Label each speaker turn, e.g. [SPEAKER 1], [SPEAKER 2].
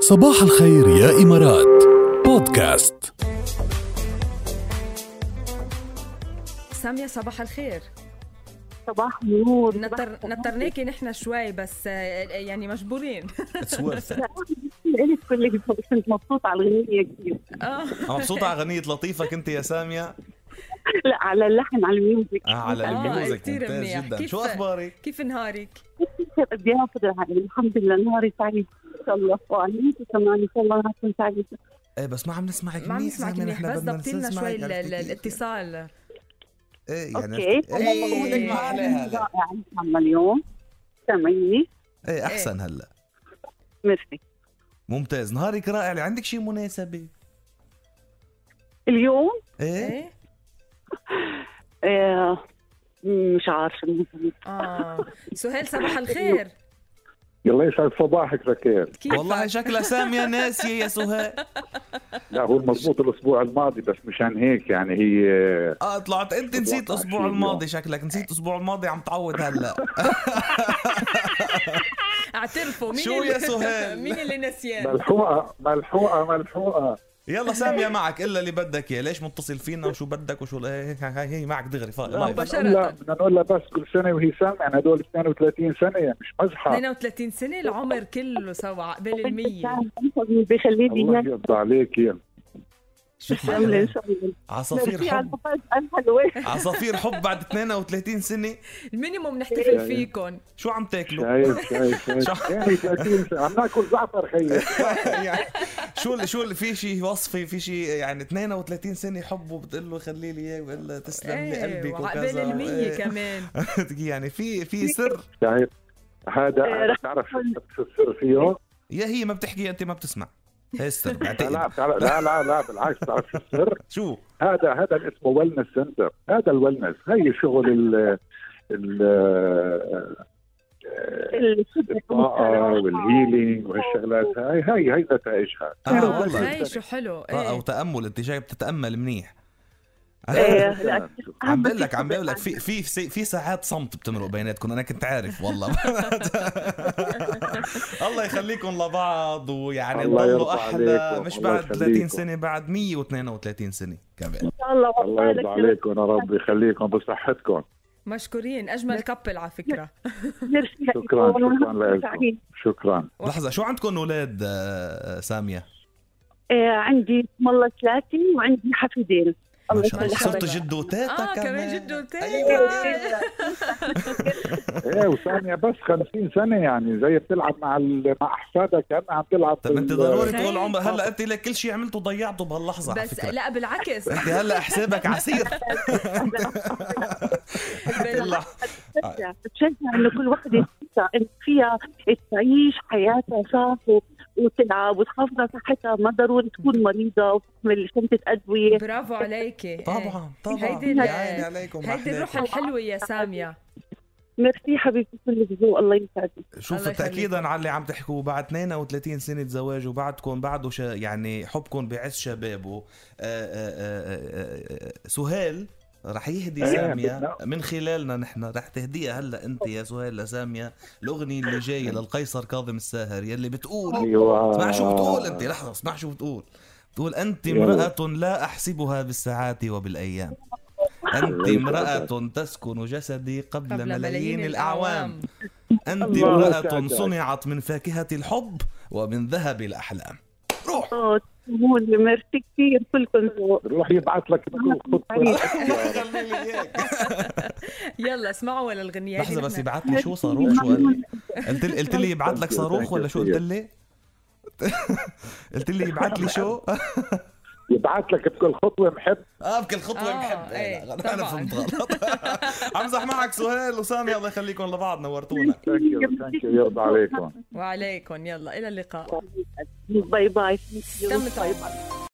[SPEAKER 1] صباح الخير يا إمارات بودكاست
[SPEAKER 2] سامية صباح الخير
[SPEAKER 3] صباح النور
[SPEAKER 2] نطر... نطرناكي نحن شوي بس آه، يعني مجبورين
[SPEAKER 4] اتس ورث
[SPEAKER 3] قلت كلك كنت مبسوطة على الغنية كثير
[SPEAKER 2] اه
[SPEAKER 4] مبسوطة على غنية لطيفك انت يا سامية
[SPEAKER 3] لا على اللحن على الميوزك
[SPEAKER 4] آه، على
[SPEAKER 2] آه،
[SPEAKER 4] الميوزك
[SPEAKER 2] كتير
[SPEAKER 4] ممتاز
[SPEAKER 2] منيح.
[SPEAKER 4] جدا
[SPEAKER 2] كيف-
[SPEAKER 4] شو اخبارك؟
[SPEAKER 2] كيف نهارك؟
[SPEAKER 3] بدي اخذ الحمد لله نهاري سعيد ان شاء الله وعليك كمان ان شاء الله راح تكون سعيد
[SPEAKER 4] ايه بس ما عم نسمعك
[SPEAKER 2] ما عم
[SPEAKER 4] منيح
[SPEAKER 2] نسمعك
[SPEAKER 4] سامية،
[SPEAKER 2] منيح
[SPEAKER 4] نحن
[SPEAKER 2] بس
[SPEAKER 4] بدنا
[SPEAKER 2] ضبطي لنا شوي
[SPEAKER 4] نسمعك.
[SPEAKER 2] ال- ال- الاتصال
[SPEAKER 4] ايه يعني
[SPEAKER 3] اوكي
[SPEAKER 4] ايه
[SPEAKER 2] إيه.
[SPEAKER 4] لك ما عليها هلا
[SPEAKER 3] رائع ان شاء الله اليوم سامعيني
[SPEAKER 4] ايه احسن هلا
[SPEAKER 3] ميرسي
[SPEAKER 4] ممتاز نهارك رائع عندك شي مناسبة؟
[SPEAKER 3] اليوم
[SPEAKER 4] ايه
[SPEAKER 2] ايه؟
[SPEAKER 3] آه مش عارفة
[SPEAKER 2] اه سهيل صباح
[SPEAKER 4] إيه.
[SPEAKER 2] الخير
[SPEAKER 5] يلا يسعد صباحك ركال
[SPEAKER 2] كيف
[SPEAKER 4] والله شكلها سامية ناسية يا سهى
[SPEAKER 5] لا هو مضبوط الاسبوع الماضي بس مشان هيك يعني هي
[SPEAKER 4] اه طلعت انت نسيت
[SPEAKER 5] طلعت
[SPEAKER 4] الاسبوع
[SPEAKER 5] عشرين
[SPEAKER 4] الماضي
[SPEAKER 5] يوم.
[SPEAKER 4] شكلك نسيت الاسبوع الماضي عم تعوض هلا
[SPEAKER 2] اعترفوا مين
[SPEAKER 4] شو
[SPEAKER 2] اللي-
[SPEAKER 4] يا سهيل؟
[SPEAKER 2] مين اللي نسيان؟
[SPEAKER 5] ملحوقه ملحوقه ملحوقه
[SPEAKER 4] يلا سامية معك الا اللي بدك اياه ليش متصل فينا وشو بدك وشو هي, هي معك دغري فا- لايف.
[SPEAKER 2] مباشرة.
[SPEAKER 5] لا بدنا نقول لها بس كل سنه وهي سامعه هدول 32 سنه يعني مش مزحه
[SPEAKER 2] 32 سنة العمر كله سوا قبل المية
[SPEAKER 3] بخليني
[SPEAKER 5] الله
[SPEAKER 3] اياك
[SPEAKER 5] يرضى عليك يلا
[SPEAKER 2] شو
[SPEAKER 3] دولة
[SPEAKER 2] حالك؟
[SPEAKER 3] ان شاء الله
[SPEAKER 4] عصافير
[SPEAKER 3] ميرسي على
[SPEAKER 4] حب
[SPEAKER 3] المفاجأة الحلوة
[SPEAKER 4] عصافير حب بعد 32 سنة
[SPEAKER 2] المينيموم
[SPEAKER 4] يعني
[SPEAKER 2] نحتفل فيكم
[SPEAKER 4] شو عم تاكلوا؟
[SPEAKER 5] شايف شايف شايف 32 سنه عم ناكل زعتر خيي
[SPEAKER 4] يعني شو اللي شو اللي في شيء وصفي في شيء يعني 32 سنة حبه بتقول له خلي لي اياه بتقول له تسلم لي قلبك
[SPEAKER 2] إيه، وعقبال
[SPEAKER 4] وكذا
[SPEAKER 2] المية
[SPEAKER 4] وإيه.
[SPEAKER 2] كمان
[SPEAKER 4] يعني في في سر
[SPEAKER 5] شايف هذا بتعرف شو السر فيه؟
[SPEAKER 4] يا هي ما بتحكي انت ما بتسمع هي السر
[SPEAKER 5] لا لا
[SPEAKER 4] بعتقد
[SPEAKER 5] بتعرف- لا لا لا بالعكس بتعرف شو السر؟
[SPEAKER 4] شو
[SPEAKER 5] هذا هذا اللي اسمه ويلنس سنتر هذا الويلنس هي شغل ال ال الطاقة والهيلينج وهالشغلات آه، هاي هاي هاي نتائجها
[SPEAKER 4] آه، والله. آه،
[SPEAKER 2] هاي إيه، شو حلو
[SPEAKER 4] طاقة
[SPEAKER 2] ايه
[SPEAKER 4] وتأمل انت جاي بتتأمل منيح
[SPEAKER 3] إيه.
[SPEAKER 4] عم بقول لك عم بقول لك في في في ساعات صمت بتمرق بيناتكم انا كنت عارف والله الله يخليكم لبعض ويعني
[SPEAKER 5] الله يرضى
[SPEAKER 4] تضلوا احلى
[SPEAKER 5] عليكم،
[SPEAKER 4] مش
[SPEAKER 5] الله
[SPEAKER 4] بعد 30
[SPEAKER 5] يخليكم.
[SPEAKER 4] سنه بعد 132 سنه كمان
[SPEAKER 3] ان شاء الله
[SPEAKER 5] الله
[SPEAKER 3] والله
[SPEAKER 5] آه، يرضى
[SPEAKER 3] لك
[SPEAKER 5] عليكم يا رب يخليكم بصحتكم
[SPEAKER 2] مشكورين اجمل كابل على فكرة
[SPEAKER 3] ميرسي
[SPEAKER 5] شكرا شكرا
[SPEAKER 3] سعيد.
[SPEAKER 5] لكم شكرا
[SPEAKER 4] لحظه شو عندكم اولاد آه، ساميه
[SPEAKER 3] آه، عندي اسم الله ثلاثة وعندي حفيدين الله
[SPEAKER 4] ما شاء الله
[SPEAKER 3] يسلمك.
[SPEAKER 4] صرتوا جد وتاتا
[SPEAKER 2] اه كمان جد
[SPEAKER 3] إيه،
[SPEAKER 4] أيوة.
[SPEAKER 2] وتاتا
[SPEAKER 5] ايه وثانية بس 50 سنة يعني زي بتلعب مع ال- مع احفادك كانها عم تلعب
[SPEAKER 4] طب انت
[SPEAKER 5] بال-
[SPEAKER 4] ضروري
[SPEAKER 2] خير.
[SPEAKER 4] تقول عمر هلا انت لك كل شيء عملته ضيعته بهاللحظه على
[SPEAKER 2] بس
[SPEAKER 4] فكره
[SPEAKER 2] لا بالعكس
[SPEAKER 4] انت هلا حسابك عسير
[SPEAKER 2] بال-
[SPEAKER 4] يلا
[SPEAKER 3] بتشجع بتشجع انه كل وحده فيها- إنه فيها تعيش حياتها صح و- وتلعب وتحافظ على صحتها ما ضروري تكون مريضه وتحمل شنطه ادويه
[SPEAKER 2] برافو عليكي إيه.
[SPEAKER 4] طبعا طبعا
[SPEAKER 2] هيدي ال-
[SPEAKER 4] يا عيني عليكم
[SPEAKER 2] هيدي الروح
[SPEAKER 4] أحلاكم.
[SPEAKER 2] الحلوه يا ساميه
[SPEAKER 3] ميرسي حبيبتي كلك ذوق الله يسعدك
[SPEAKER 4] شوف
[SPEAKER 2] الله يخليكم.
[SPEAKER 4] تاكيدا على اللي عم تحكوا بعد 32 سنه زواج وبعدكم بعده شا يعني حبكم بعز شبابه آه، آه، آه، آه، سهيل رح يهدي
[SPEAKER 5] إيه،
[SPEAKER 4] سامية
[SPEAKER 5] بدنا-
[SPEAKER 4] من خلالنا نحن رح تهديها هلا انت يا سهيل لسامية الاغنية اللي جاية للقيصر كاظم الساهر يلي بتقول
[SPEAKER 5] ايوه
[SPEAKER 4] اسمع شو بتقول انت لحظة اسمع شو بتقول بتقول انت
[SPEAKER 5] يلا.
[SPEAKER 4] امرأة لا احسبها بالساعات وبالايام انت امرأة تسكن جسدي قبل,
[SPEAKER 2] قبل
[SPEAKER 4] ملايين الاعوام أنت
[SPEAKER 3] الله
[SPEAKER 4] امرأة
[SPEAKER 5] يسعدك.
[SPEAKER 4] صنعت من فاكهة الحب ومن ذهب الأحلام روح
[SPEAKER 3] اه تسلموني ميرسي كثير كلكم ذوق
[SPEAKER 5] روح يبعث لك بكل خطة
[SPEAKER 2] يلا اسمعوا للغنية
[SPEAKER 4] لحظة بس يبعث
[SPEAKER 3] يعني
[SPEAKER 4] لي شو صاروخ شو قال لي قلت لي قلت لي يبعث لك صاروخ ولا شو قلت لي؟ قلت لي يبعث لي شو؟
[SPEAKER 5] يبعث لك بكل خطوة محب
[SPEAKER 4] اه بكل خطوة
[SPEAKER 2] آه،
[SPEAKER 4] بحب
[SPEAKER 2] إيه،
[SPEAKER 4] انا
[SPEAKER 2] طبعاً.
[SPEAKER 4] أنا فهمت غلط امزح معك سهيل وسامي الله يخليكم لبعض نورتونا
[SPEAKER 5] ثانك يو ثانك يو يرضى عليكم
[SPEAKER 2] وعليكم يلا الى اللقاء
[SPEAKER 3] باي باي
[SPEAKER 2] تم
[SPEAKER 3] باي باي
[SPEAKER 2] طيب.